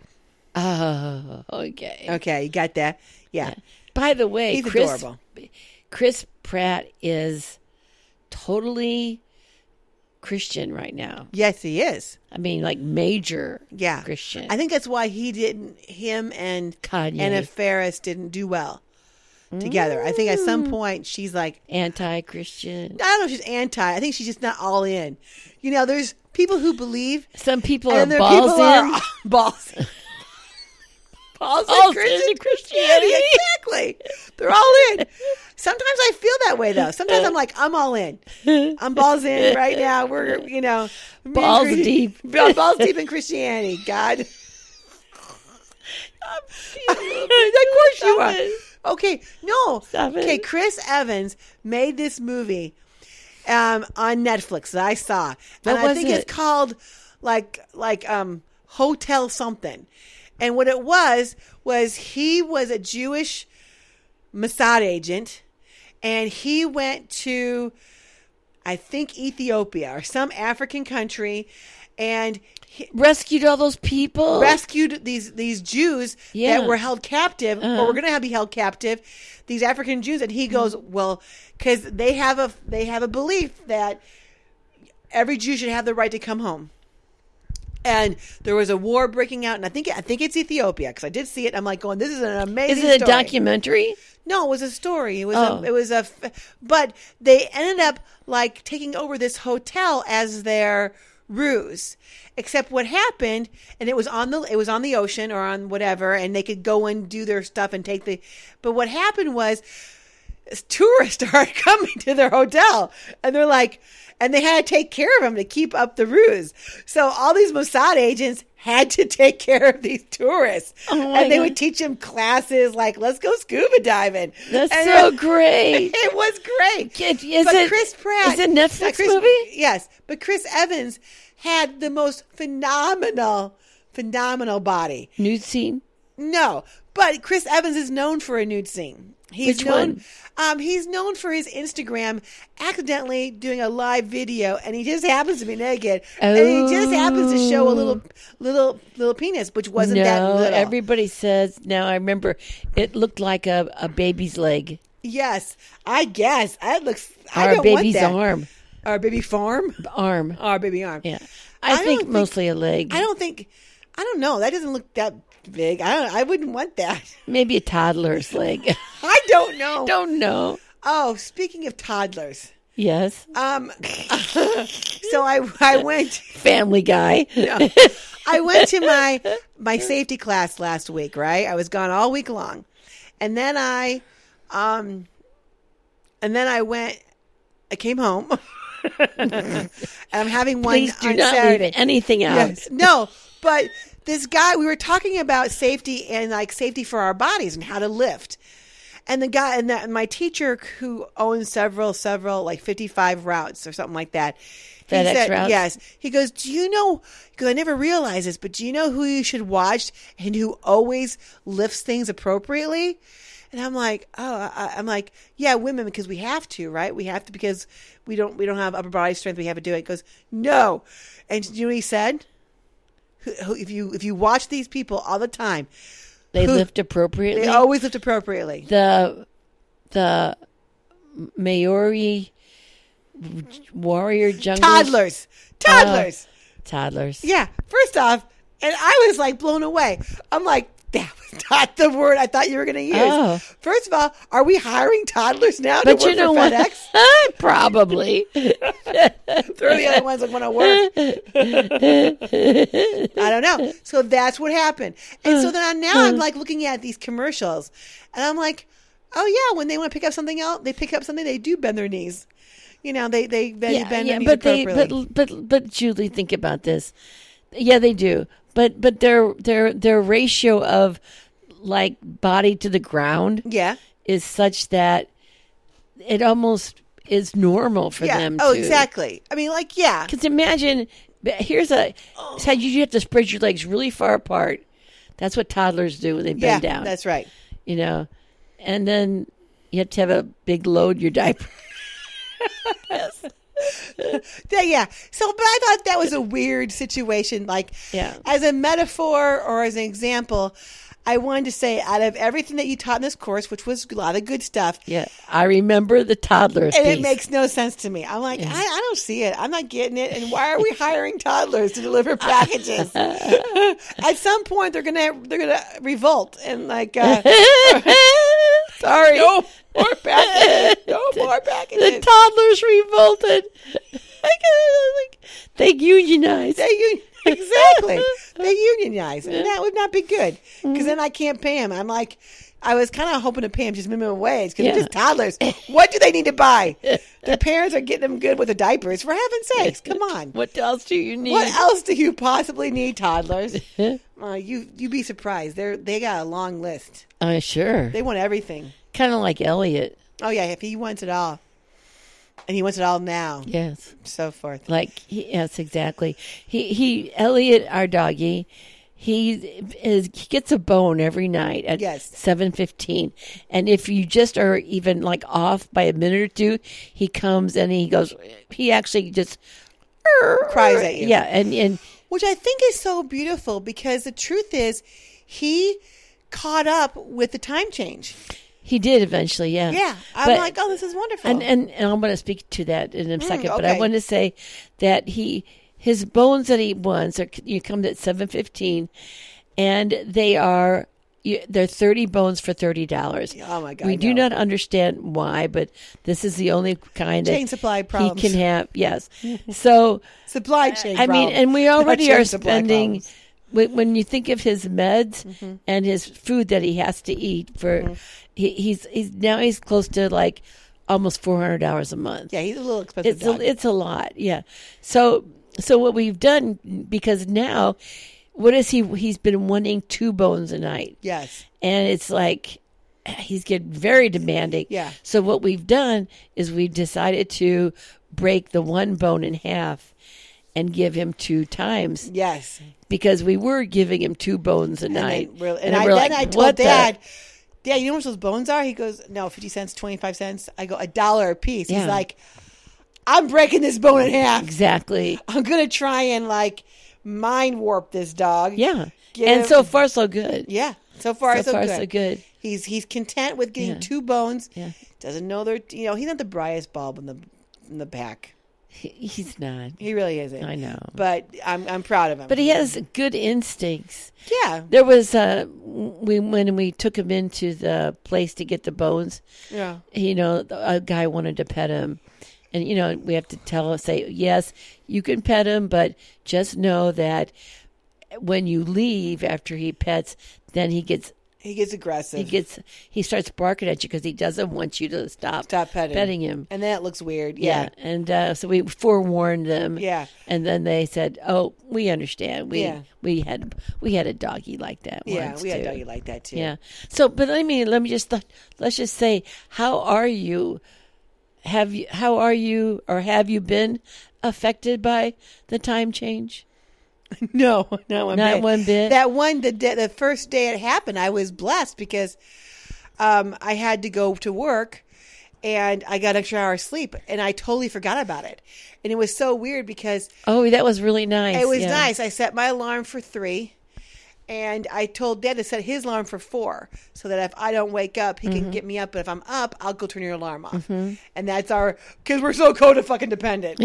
Oh, okay. Okay, you got that? Yeah. By the way, He's Chris, adorable. Chris Pratt is totally Christian right now. Yes, he is. I mean, like major Yeah. Christian. I think that's why he didn't, him and Kanye. Anna Ferris didn't do well together. I think at some point she's like, anti-Christian. I don't know if she's anti. I think she's just not all in. You know, there's people who believe, Some people and are there are balls people in. who are balls. balls all in Christian Christianity. Christianity, Exactly. They're all in. Sometimes I feel that way though. Sometimes I'm like, I'm all in. I'm balls in right now. We're you know me and Balls Chris- deep. Ba- balls deep in Christianity. God. of course you Stop are. it. Okay. No. Stop it. Okay, Chris Evans made this movie um, on Netflix that I saw. And What I was think it? it's called like like um Hotel something. And what it was was he was a Jewish Mossad agent and he went to I think Ethiopia or some African country and he Rescued all those people. rescued these these Jews Yeah. Uh-huh. that were held captive or were going to have be held captive these African Jews and Mm-hmm. he goes well cuz they have a they have a belief that every Jew should have the right to come home and there was a war breaking out and I think I think it's Ethiopia cuz I did see it I'm like going this is an amazing is it a story. documentary? No, it was a story. It was Oh. a, it was a f- but they ended up like taking over this hotel as their ruse. Except what happened and it was on the it was on the ocean or on whatever and they could go and do their stuff and take the but what happened was tourists started coming to their hotel and they're like and they had to take care of them to keep up the ruse so all these mossad agents had to take care of these tourists Oh my and they God. would teach them classes like let's go scuba diving That's And so it- great. it was great Kid, Is but it Chris Pratt Is it uh, Netflix Chris- movie? Yes, but Chris Evans had the most phenomenal, phenomenal body. Nude scene. No, but Chris Evans is known for a nude scene. He's Which known, one? Um, he's known for his Instagram accidentally doing a live video, and he just happens to be naked, and he just happens to show a little, little, little penis, which wasn't Oh. no, that little. everybody says. Now I remember. It looked like a, a baby's leg yes, I guess that looks. I or a don't want baby's that. arm. Our baby farm. Arm. Our baby arm. Yeah. I I, don't think think- mostly a leg. I don't think. I don't know. That doesn't look that big. I don't. I wouldn't want that. Maybe a toddler's leg. I don't know. don't know. Oh, speaking of toddlers, Yes. um, so I I went Family Guy. I went to my my safety class last week. Right, I was gone all week long, and then I, um, and then I went. I came home, and I'm having one Please do on not Saturday. leave anything out. Yes. No, but this guy, we were talking about safety and like safety for our bodies and how to lift. And the guy and that my teacher who owns several several like 55 routes or something like that. He FedEx said, routes? Yes. He goes, "Do you know because I never realized this, but do you know who you should watch and who always lifts things appropriately?" And I'm like, "Oh, I, I'm like, yeah, women because we have to, right? We have to because we don't we don't have upper body strength, we have to do it." He goes, "No." And do you know what he said? Who- who- If you if you watch these people all the time, They Who- lift appropriately. they oh. always lift appropriately. the the Maori warrior jungle Toddlers. Toddlers. Uh. toddlers. yeah. First off, and I was like blown away. I'm like, that was not the word I thought you were going to use. Oh. First of all, are we hiring toddlers now to but work you know for what? FedEx? Probably. They're the only ones that want to work. I don't know. So that's what happened. And so then I, now Uh. I'm like looking at these commercials, and I'm like, oh yeah, when they want to pick up something else, they pick up something. They do bend their knees. You know, they they, they bend their knees but they appropriately. but but but Julie, think about this. Yeah, they do. But but their their their ratio of like body to the ground yeah. is such that it almost is normal for Yeah. them. Oh, to- exactly. I mean, like, yeah. Because imagine, but here's a, Oh. it's how you you have to spread your legs really far apart. That's what toddlers do when they Yeah, bend down. that's right. you know, and then you have to have a big load in your diaper. Yeah, yeah. So, but I thought that was a weird situation. Like, Yeah. as a metaphor or as an example, I wanted to say out of everything that you taught in this course, which was a lot of good stuff, Yeah, I remember the toddlers. and it piece. makes no sense to me. I'm like, I, I don't see it. I'm not getting it. And why are we hiring toddlers to deliver packages? At some point, they're gonna they're gonna revolt and like, uh, sorry, no more packages, no more the packages. toddlers revolted. like, they unionized. They un- exactly. they unionize, and that would not be good because then I can't pay him. I'm like, I was kind of hoping to pay him just minimum wage because Yeah. they're just toddlers. What do they need to buy? Their parents are getting them good with the diapers. For heaven's sakes, come on. What else do you need? What else do you possibly need, toddlers? Uh, you you'd be surprised. They're they got a long list. Uh, sure. They want everything. Kind of like Elliot. Oh yeah, if he wants it all, and he wants it all now, Yes. so forth. Like he, yes, exactly. He he Elliot, our doggy, he is he gets a bone every night at Yes. seven fifteen, and if you just are even like off by a minute or two, he comes and he goes. He actually just Cries at you. Yeah, and and which I think is so beautiful because the truth is he caught up with the time change. he did eventually. Yeah, Yeah, I'm But- like, oh, this is wonderful. and and, and I'm going to speak to that in a second. But I okay. want to say that he his bones that he wants are you come at seven fifteen, and they are you- they're thirty bones for thirty dollars. Oh, my God, We do no. not understand why, but this is the only kind Chain that supply he problems. can have. Yes, so Supply chain. I mean, problem, and we not already chain are supply spending. problems. When when you think of his meds Mm-hmm. and his food that he has to eat for, he, he's he's now he's close to like almost four hundred dollars a month. Yeah, he's a little expensive. it's dog. a, it's a lot. Yeah. So so what we've done because now, what is he? He's been wanting two bones a night yes. and it's like he's getting very demanding. Yeah. So what we've done is we've decided to break the one bone in half and give him two times Yes. because we were giving him two bones a And, night. then, we're- and, I, we're then like, I told "What the-" Dad, Dad, you know what those bones are? He goes, no, 50 cents, 25 cents. I go, a dollar a piece. Yeah. He's like, I'm breaking this bone in half. Exactly. I'm going to try and like mind warp this dog. Yeah. Give- and so far so good. Yeah. So far, so, so, far good. so good. He's he's content with getting Yeah. two bones. Yeah. Doesn't know they're you know he's not the brightest bulb in the in the pack. He, he's not. He really isn't. I know. But I'm I'm proud of him. But he has good instincts. yeah There was uh we when we took him into the place to get the bones. yeah you know, a guy wanted to pet him. And, you know, we have to tell him, say, yes, you can pet him, but just know that when you leave after he pets, then he gets He gets aggressive. He gets he starts barking at you because he doesn't want you to stop Stop petting. him. and then it looks weird. Yeah, Yeah. and uh, so we forewarned them. Yeah. and then they said, "Oh, we understand. We Yeah. we had we had a doggy like that. Yeah. once we had too. doggy like that too. Yeah. So, but I mean, let me just th- let's just say, how are you? Have you? How are you? Or have you been affected by the time change? No, not one Not bit. one bit? That one, the day, the first day it happened, I was blessed because um, I had to go to work and I got an extra hour of sleep and I totally forgot about it. And it was so weird because Oh, that was really nice. it was Yeah. nice. I set my alarm for three and I told Dad to set his alarm for four so that if I don't wake up, he Mm-hmm. can get me up. But if I'm up, I'll go turn your alarm off. And that's our, because we're so code fucking dependent.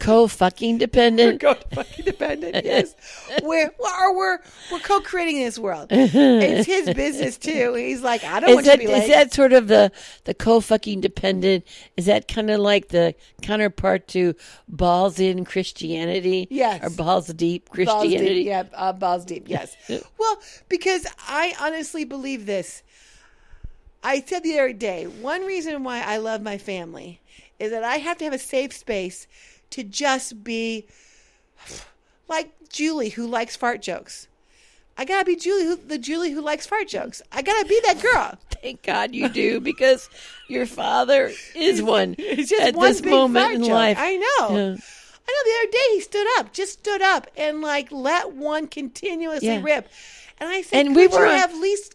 Co fucking dependent. Go to fucking dependent. Yes, we're we're we're, we're co-creating this world. It's his business too. He's like, I don't Is want you to that be is late. that sort of the the co fucking dependent? Is that kind of like the counterpart to balls in Christianity? Yes. or balls deep balls Christianity. deep. Yeah, uh, balls deep. Yes. well, because I honestly believe this. I said the other day, one reason why I love my family is that I have to have a safe space to just be like Julie who likes fart jokes. I gotta be Julie, who, the Julie who likes fart jokes. I gotta be that girl. Thank God you do because your father is one It's just at one this big moment fart in joke. life. I know. Yeah. I know. The other day he stood up, just stood up, and like let one continuously Yeah. rip. And I said, And "Could we were you on- have least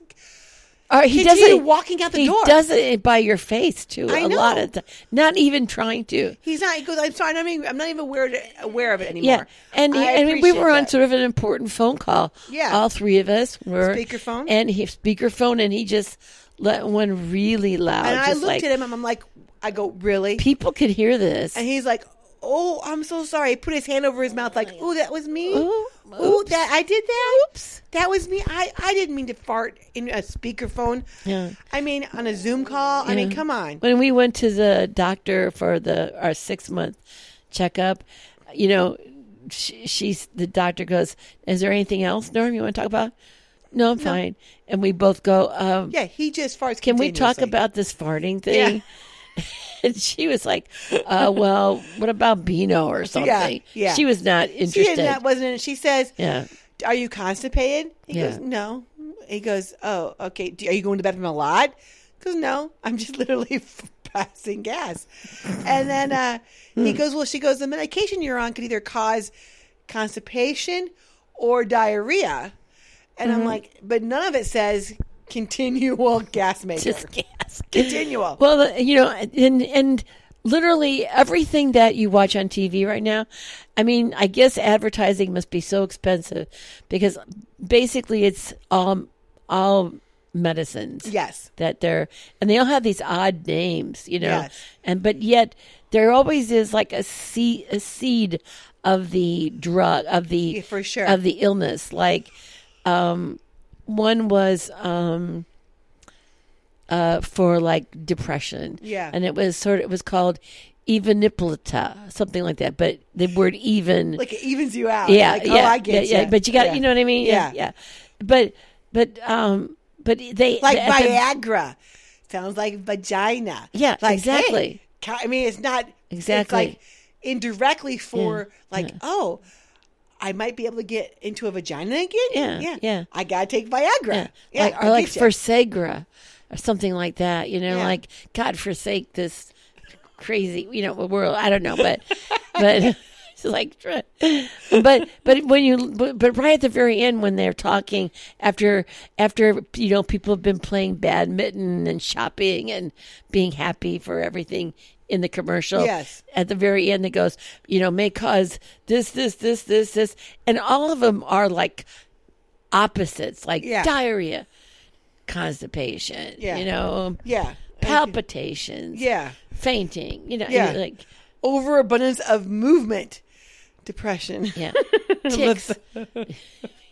All right, Uh, he continue doesn't walking out the he door?" does it by your face too. I a lot know. of time, not even trying to. He's not. He goes, "I'm sorry. I'm not even, I'm not even aware, aware of it anymore." Yeah, and I he- and we appreciate were on that. sort of an important phone call. Yeah. all three of us were Speakerphone? and he speakerphone, and he just let one really loud. And I just looked like, at him, and I'm like, "I go really." People could hear this. And he's like, "Oh, I'm so sorry." He put his hand over his mouth, like, "Oh, that was me. Ooh, Oh, oops. that I did that. Oops. that was me. I I didn't mean to fart in a speakerphone. Yeah. I mean on a Zoom call. I mean, come on. when we went to the doctor for the our six month checkup, you know, she, she's the doctor goes, "Is there anything else, Norm? You want to talk about?" No, I'm fine. And we both go, um, Yeah, he just farts. "Can we talk continuously. about this farting thing?" And she was like, uh, "Well, what about Beano or something?" yeah. She was not She interested. did not. Wasn't it? She says, yeah, "Are you constipated?" He Yeah. goes, "No." He goes, "Oh, okay. Do, are you going to the bathroom a lot?" He goes, "No. I'm just literally passing gas." And then uh, Hmm. he goes, "Well," she goes, "The medication you're on could either cause constipation or diarrhea," and Mm-hmm. I'm like, "But none of it says continual gas maker." just gas. continual. Well, the- you know, and and literally everything that you watch on TV right now, I mean, I guess advertising must be so expensive because basically it's all all medicines yes. that they're and they all have these odd names, you know. Yes. And but yet there always is like a seed a seed of the drug of the Yeah, for sure. of the illness. Like um one was um uh for like depression. Yeah. And it was sort of it was called eveniplata, something like that. But the word even Like it evens you out. yeah, Like, yeah, oh, I get yeah, ya. yeah. But you got, Yeah. you know what I mean? Yeah. yeah, But, but, um, but they like at the- Viagra. Sounds like vagina. Yeah, like, exactly. hey, ca- I mean, it's not It's Exactly. like indirectly for like, oh, I might be able to get into a vagina again. Yeah, yeah. I gotta take Viagra. Yeah, like, I or like get ya. Forsagra or something like that. You know, Yeah. like God forsake this crazy, you know, world. I don't know, but but it's like, but but when you but, but right at the very end when they're talking after after you know people have been playing badminton and shopping and being happy for everything in the commercial Yes. at the very end that goes you know may cause this this this this this and all of them are like opposites like Yeah. diarrhea, constipation, Yeah. you know, yeah, palpitations, yeah. fainting, you know, Yeah. you're like Overabundance of movement, depression, yeah, Let's- ticks.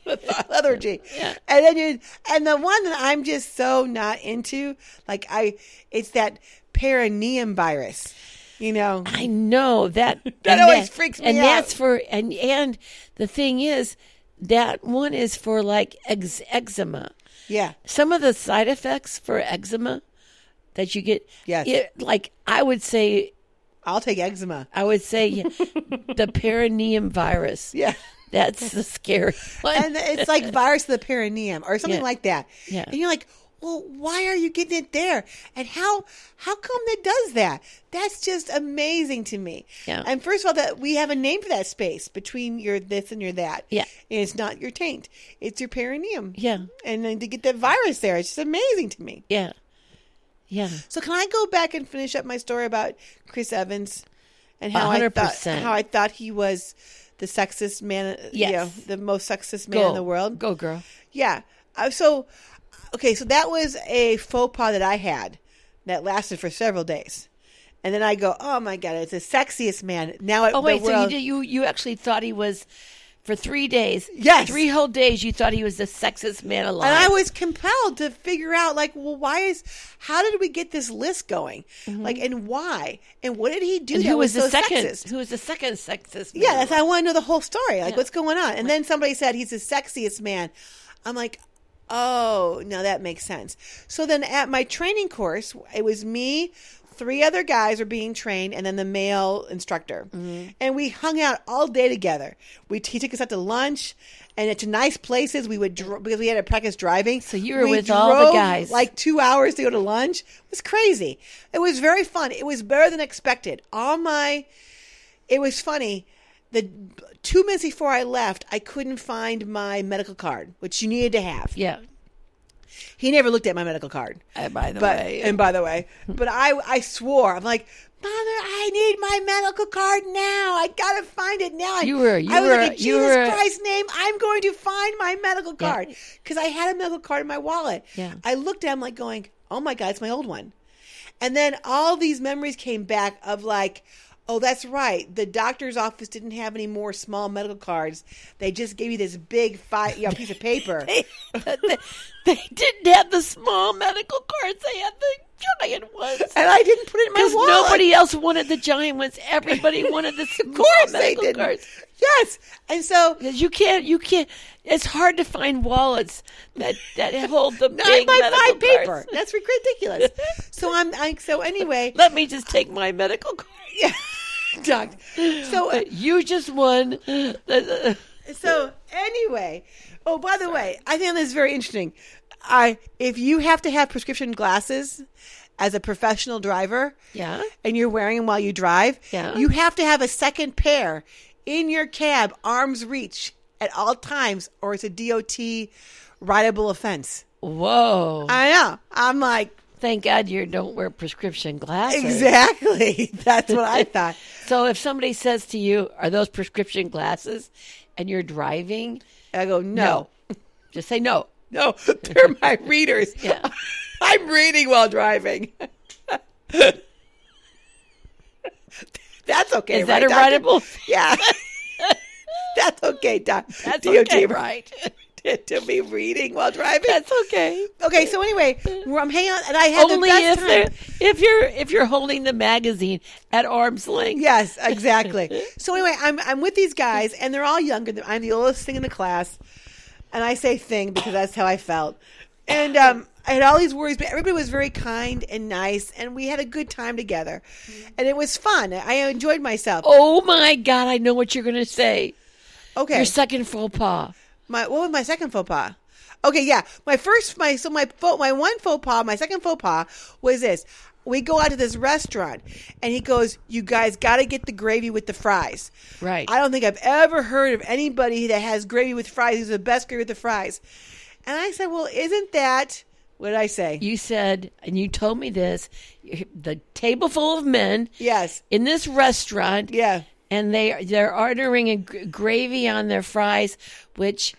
lethargy, and then you and the one that I'm just so not into, like I, it's that perineum virus. You know, I know that That and always freaks me and out. that's for and and the thing is that one is for like ex- eczema. Yeah. Some of the side effects for eczema that you get, Yes. it- like I would say, I'll take eczema. I would say yeah, the perineum virus. Yeah. That's the scary one. and it's like virus of the perineum or something Yeah. like that. Yeah. And you're like, well, why are you getting it there? And how how come that does that? That's just amazing to me. Yeah. And first of all, that we have a name for that space between your this and your that. Yeah. And it's not your taint; it's your perineum. yeah, And then to get that virus there, it's just amazing to me. yeah, yeah. So can I go back and finish up my story about Chris Evans and how I thought 100%. how I thought he was the sexist man, you Yes. know, the most sexist man in the world? go, girl. Yeah. Uh, so, okay, so that was a faux pas that I had that lasted for several days. And then I go, oh my God, it's the sexiest man. Now it, Oh wait, the world, so you, did, you you actually thought he was for three days? Yes. three whole days. You thought he was the sexiest man alive. And I was compelled to figure out, like, well, why is, how did we get this list going? Like, and why? And what did he do Mm-hmm. And that who was, was, so the second? sexist? Who was the second sexist? man Yeah, that's, alive? I want to know the whole story. Like, Yeah. what's going on? And then somebody said he's the sexiest man. I'm like, oh, now that makes sense. So then at my training course, it was me, three other guys were being trained, and then the male instructor. Mm-hmm. And we hung out all day together. We he took us out to lunch, and to nice places. We would dr- because we had to practice driving. So you were with all the guys. like like two hours to go to lunch. It was crazy. It was very fun. It was better than expected. All my, it was funny. The two minutes before I left, I couldn't find my medical card, which you needed to have. yeah. He never looked at my medical card. Uh, by the But way, and by the way, but I I swore I'm like, mother, I need my medical card now. I gotta find it now. You were- you I was were- like, in you Jesus were- Christ's name, I'm going to find my medical Yeah. card because I had a medical card in my wallet. Yeah. I looked at him like going, oh my god, it's my old one. And then all these memories came back of like, oh, that's right. The doctor's office didn't have any more small medical cards. They just gave you this big five, you know, piece of paper. they, they, they didn't have the small medical cards. They had the giant ones. And I didn't put it in my Because wallet. nobody else wanted the giant ones. Everybody wanted the small Of course they medical didn't. cards. Yes. And so 'Cause You can't. You can't. It's hard to find wallets that that hold the nine big by medical five paper. cards. That's ridic- ridiculous. so I'm I, so anyway, Let me just take my medical card. yeah. Doc. So uh, But you just won. the- so anyway, oh by the way, I think this is very interesting. I if you have to have prescription glasses as a professional driver, Yeah. and you're wearing them while you drive, Yeah. you have to have a second pair in your cab, arm's reach at all times, or it's a DOT rideable offense. Whoa! I know. I'm like. Thank God you don't wear prescription glasses. Exactly. That's what I thought. So if somebody says to you, "Are those prescription glasses?" and you're driving, I go, no, just say no. no, Oh, they're my readers. Yeah. I'm reading while driving. That's okay. Is that a right, Doctor? rideable? Yeah. That's okay, Doc. That's DOT okay, right right? to be reading while driving. That's okay. okay, so anyway, we're- I'm hanging out, and I had Only the best if time. they're- if you're if you're holding the magazine at arm's length. Yes, exactly. so anyway, I'm I'm with these guys, and they're all younger. than I'm the oldest thing in the class, and I say thing because that's how I felt. And um, I had all these worries, but everybody was very kind and nice, and we had a good time together, and it was fun. I enjoyed myself. Oh my God! I know what you're going to say. okay, Your second faux pas. my what was my second faux pas? Okay, yeah, my first my so my faux, my one faux pas, my second faux pas was this. We go out to this restaurant, and he goes, "You guys got to get the gravy with the fries." Right. I don't think I've ever heard of anybody that has gravy with fries. Who's the best gravy with the fries? And I said, "Well, isn't that what did I say?" you said, and you told me this: the table full of men yes, in this restaurant. yeah, and they they're ordering a gr- gravy on their fries, which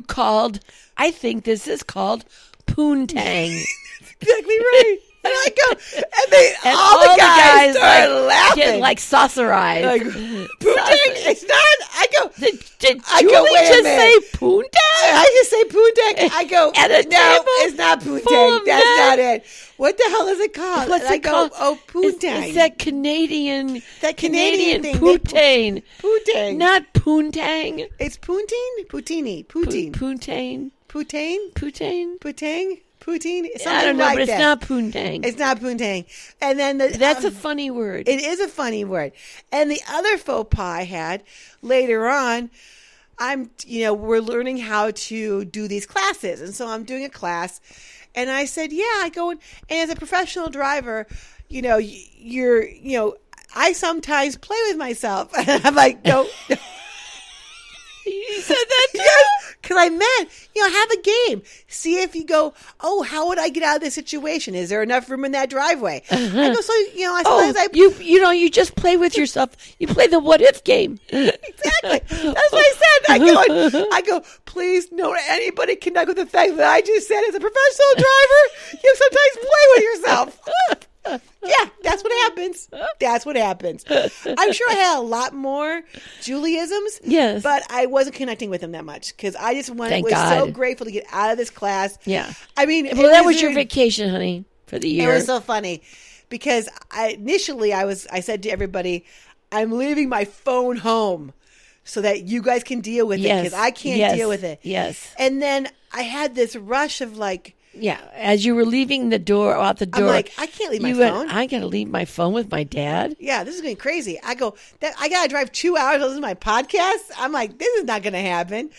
called. I think this is called poontang. exactly right. And I go, and they And all, the guys, start like, laughing. Get, like saucer eyes. like Poontang, it's not. I go. did did I go, Julie "Wait a just say minute." poon I just say Poontang. I go. At a no, table it's not full of Poontang. That's men. not it. What the hell is it called? What's and it I go, called? oh It's, Poontang. it's that Canadian, That Canadian thing, they put- poutine, Poontang. not poontang, it's Poutine, Poutini, Poo- Poutine, poontang, Poutane, poutine. Poutang, Poutine. Something I don't know, like but it's that. not poontang. It's not Poontang. And then the, That's um, a funny word. It is a funny word. And the other faux pas I had later on, I'm, you know, we're learning how to do these classes. And so I'm doing a class. And I said, yeah, I go, in, and as a professional driver, you know, y- you're, you know, I sometimes play with myself. And I'm like, no, you said that too. Because I meant, you know, have a game. See if you go, oh, how would I get out of this situation? Is there enough room in that driveway? I go, so, you know, I Oh, sometimes I you you know you just play with yourself. You play the what if game. exactly. That's what I said. I go, I go, please don't anybody connect with the fact that I just said as a professional driver, you sometimes play with yourself. yeah, that's what happens. That's what happens. I'm sure I had a lot more Juliisms. Yes. But I wasn't connecting with them that much because I just wanted, Thank was so God. grateful to get out of this class. Yeah. I mean, it Well, that was isn't- your vacation, honey, for the it year. was so funny because I initially I was I said to everybody, I'm leaving my phone home so that you guys can deal with it Yes, because I can't yes, deal with it. yes. And then I had this rush of like, yeah, as you were leaving the door out the door, like, I can't leave my you went, phone. I gotta leave my phone with my dad. yeah, this is going crazy. I go that I gotta drive two hours to listen to my podcast. I'm like, this is not gonna happen.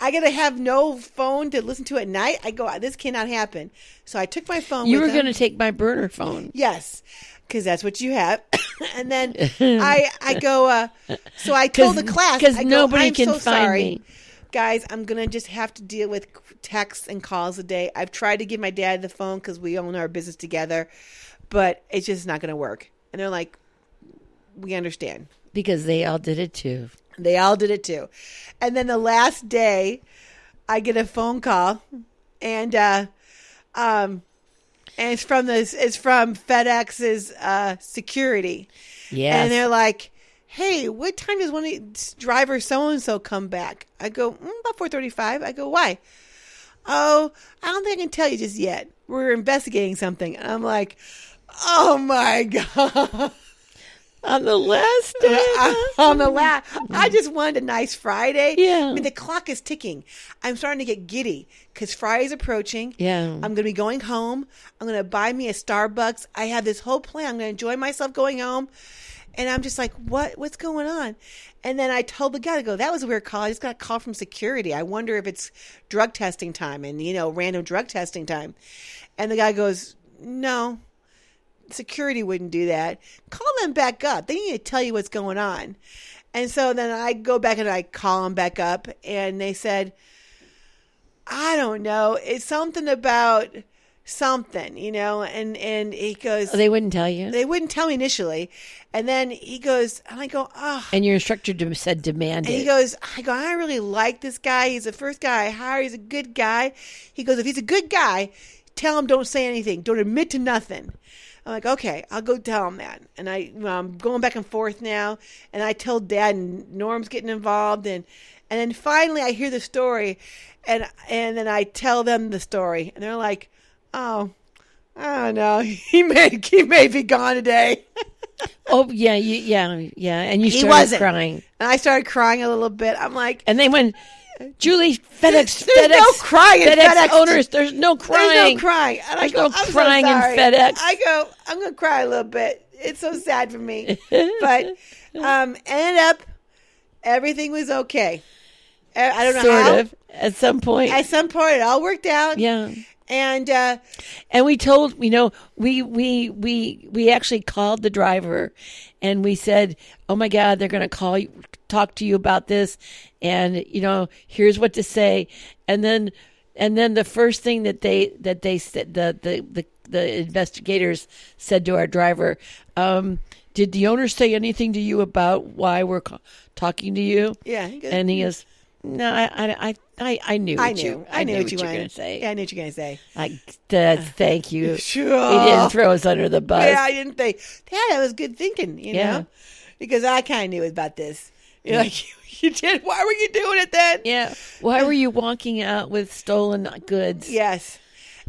I gotta have no phone to listen to at night. I go, this cannot happen. So I took my phone. You with were them. gonna take my burner phone. Yes, because that's what you have. and then I I go. Uh, so I told the class 'cause I go, nobody "I'm can so find sorry. me." Guys, I'm gonna just have to deal with texts and calls a day. I've tried to give my dad the phone because we own our business together, but it's just not gonna work. And they're like, "We understand." Because they all did it too. They all did it too. And then the last day, I get a phone call, and uh, um, and it's from this. It's from FedEx's uh, security, Yes. and they're like, "Hey, what time does one of these driver so and so come back?" I go, mm, "About four thirty-five. I go, "Why?" Oh, I don't think I can tell you just yet. We're investigating something. And I'm like, "Oh my god." on the last day. I- on the last. I just wanted a nice Friday. Yeah. I mean, the clock is ticking. I'm starting to get giddy because Friday's approaching. Yeah. I'm going to be going home. I'm going to buy me a Starbucks. I have this whole plan. I'm going to enjoy myself going home. And I'm just like, what? What's going on? And then I told the guy to go. That was a weird call. I just got a call from security. I wonder if it's drug testing time and you know random drug testing time. And the guy goes, no, security wouldn't do that. Call them back up. They need to tell you what's going on. And so then I go back and I call them back up, and they said, I don't know. It's something about something, you know. And and he goes, Oh, they wouldn't tell you. they wouldn't tell me initially, and then he goes, and I go, oh. and your instructor dem- said demand And he it. goes, I go, I really like this guy. He's the first guy I hired. He's a good guy. He goes, if he's a good guy, tell him don't say anything. Don't admit to nothing. I'm like, okay, I'll go tell him that. And I, you know, I'm going back and forth now. And I tell Dad, and Norm's getting involved, and and then finally I hear the story, and and then I tell them the story, and they're like, oh, I don't know, he may he may be gone today. oh yeah, you, yeah, yeah. And you He started wasn't. crying. And I started crying a little bit. I'm like. And they went, Julie, FedEx, There's FedEx, no crying in FedEx, FedEx. owners. There's no crying. There's no crying. And I There's go, no I'm crying so in sorry. FedEx. I go, I'm gonna cry a little bit. It's so sad for me. but um ended up everything was okay. Uh, I don't know sort how. of. At some point, At some point it all worked out. yeah. And uh And we told, you know, we we we we actually called the driver, and we said, "Oh my God, they're going to call you, talk to you about this, and you know, here's what to say." And then, and then the first thing that they that they said the the the, the investigators said to our driver, um, "Did the owner say anything to you about why we're ca- talking to you?" yeah, he goes, And he goes, No, I, I, I- I, I knew. I what knew. You, I, knew, what you were going to say. Yeah, I knew what you were going to say. Like, uh, thank you. Sure. He didn't throw us under the bus. Uh-huh. Yeah, I didn't think that. That was good thinking, you Yeah. know, because I kind of knew about this. You're like, you did. Why were you doing it then? Yeah. Why were you walking out with stolen goods? Yes.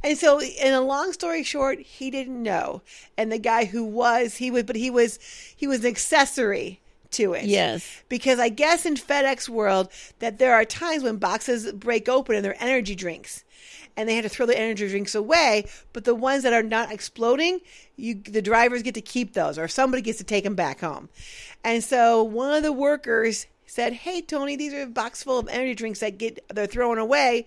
And so, in a long story short, he didn't know. And the guy who was, he was, but he was, he was an accessory to it. Yes. Because I guess in FedEx world that there are times when boxes break open and they're energy drinks, and they had to throw the energy drinks away. But the ones that are not exploding, you the drivers get to keep those, or somebody gets to take them back home. And so one of the workers said, "Hey Tony, these are a box full of energy drinks that get they're thrown away."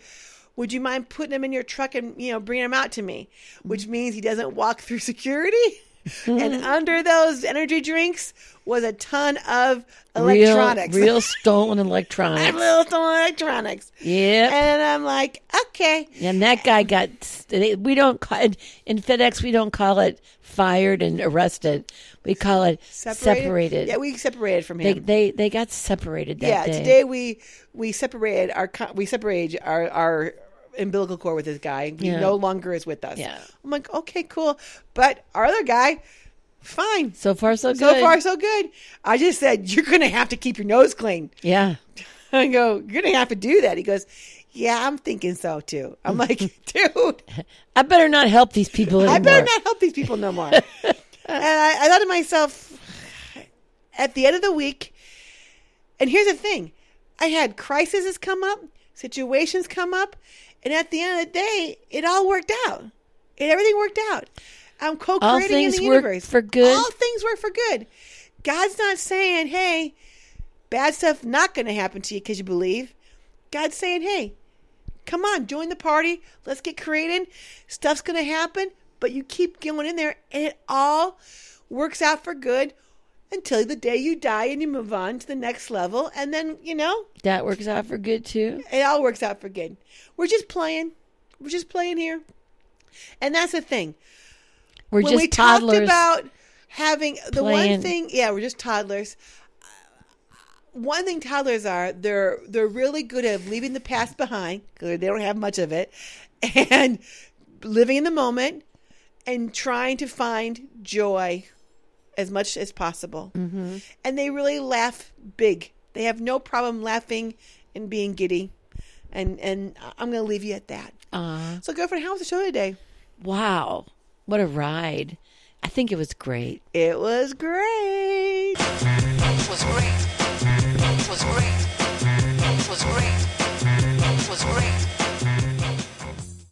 Would you mind putting them in your truck and you know bringing them out to me? Which means he doesn't walk through security. and under those energy drinks was a ton of electronics. Real, real stolen electronics. little ton of electronics. yeah. And I'm like, okay. And that guy got. they- We don't call in, in FedEx. We don't call it fired and arrested. We call it separated. Yeah, we separated from they, him. they they got separated that yeah, day. today we we separated our co- we separated our our umbilical cord with this guy. He Yeah. no longer is with us. Yeah. I'm like, okay, cool. But our other guy, fine. so far so good. So far, so good. I just said you're gonna have to keep your nose clean. yeah. I go, you're gonna have to do that. He goes, yeah, I'm thinking so too. I'm like, dude, I better not help these people anymore. I better not help these people no more. and I, I thought to myself, at the end of the week, and here's the thing, I had crises come up, situations come up, and at the end of the day, it all worked out. It everything worked out. I'm co-creating in things the work universe for good. All things work for good. God's not saying, "Hey, bad stuff not going to happen to you because you believe." God's saying, "Hey, come on, join the party. Let's get creative. Stuff's going to happen, but you keep going in there, and it all works out for good until the day you die and you move on to the next level. And then, you know, That works out for good too. it all works out for good. We're just playing. We're just playing here. And that's the thing. We're When just we talked toddlers. about having the one playing. thing, yeah, we're just toddlers. One thing toddlers are, they're they're really good at leaving the past behind. Good, they don't have much of it, and living in the moment and trying to find joy as much as possible. Mm-hmm. And they really laugh big. They have no problem laughing and being giddy. And and I'm going to leave you at that. Aw. So, girlfriend, how was the show today? Wow. What a ride. I think it was great. It was great. was great.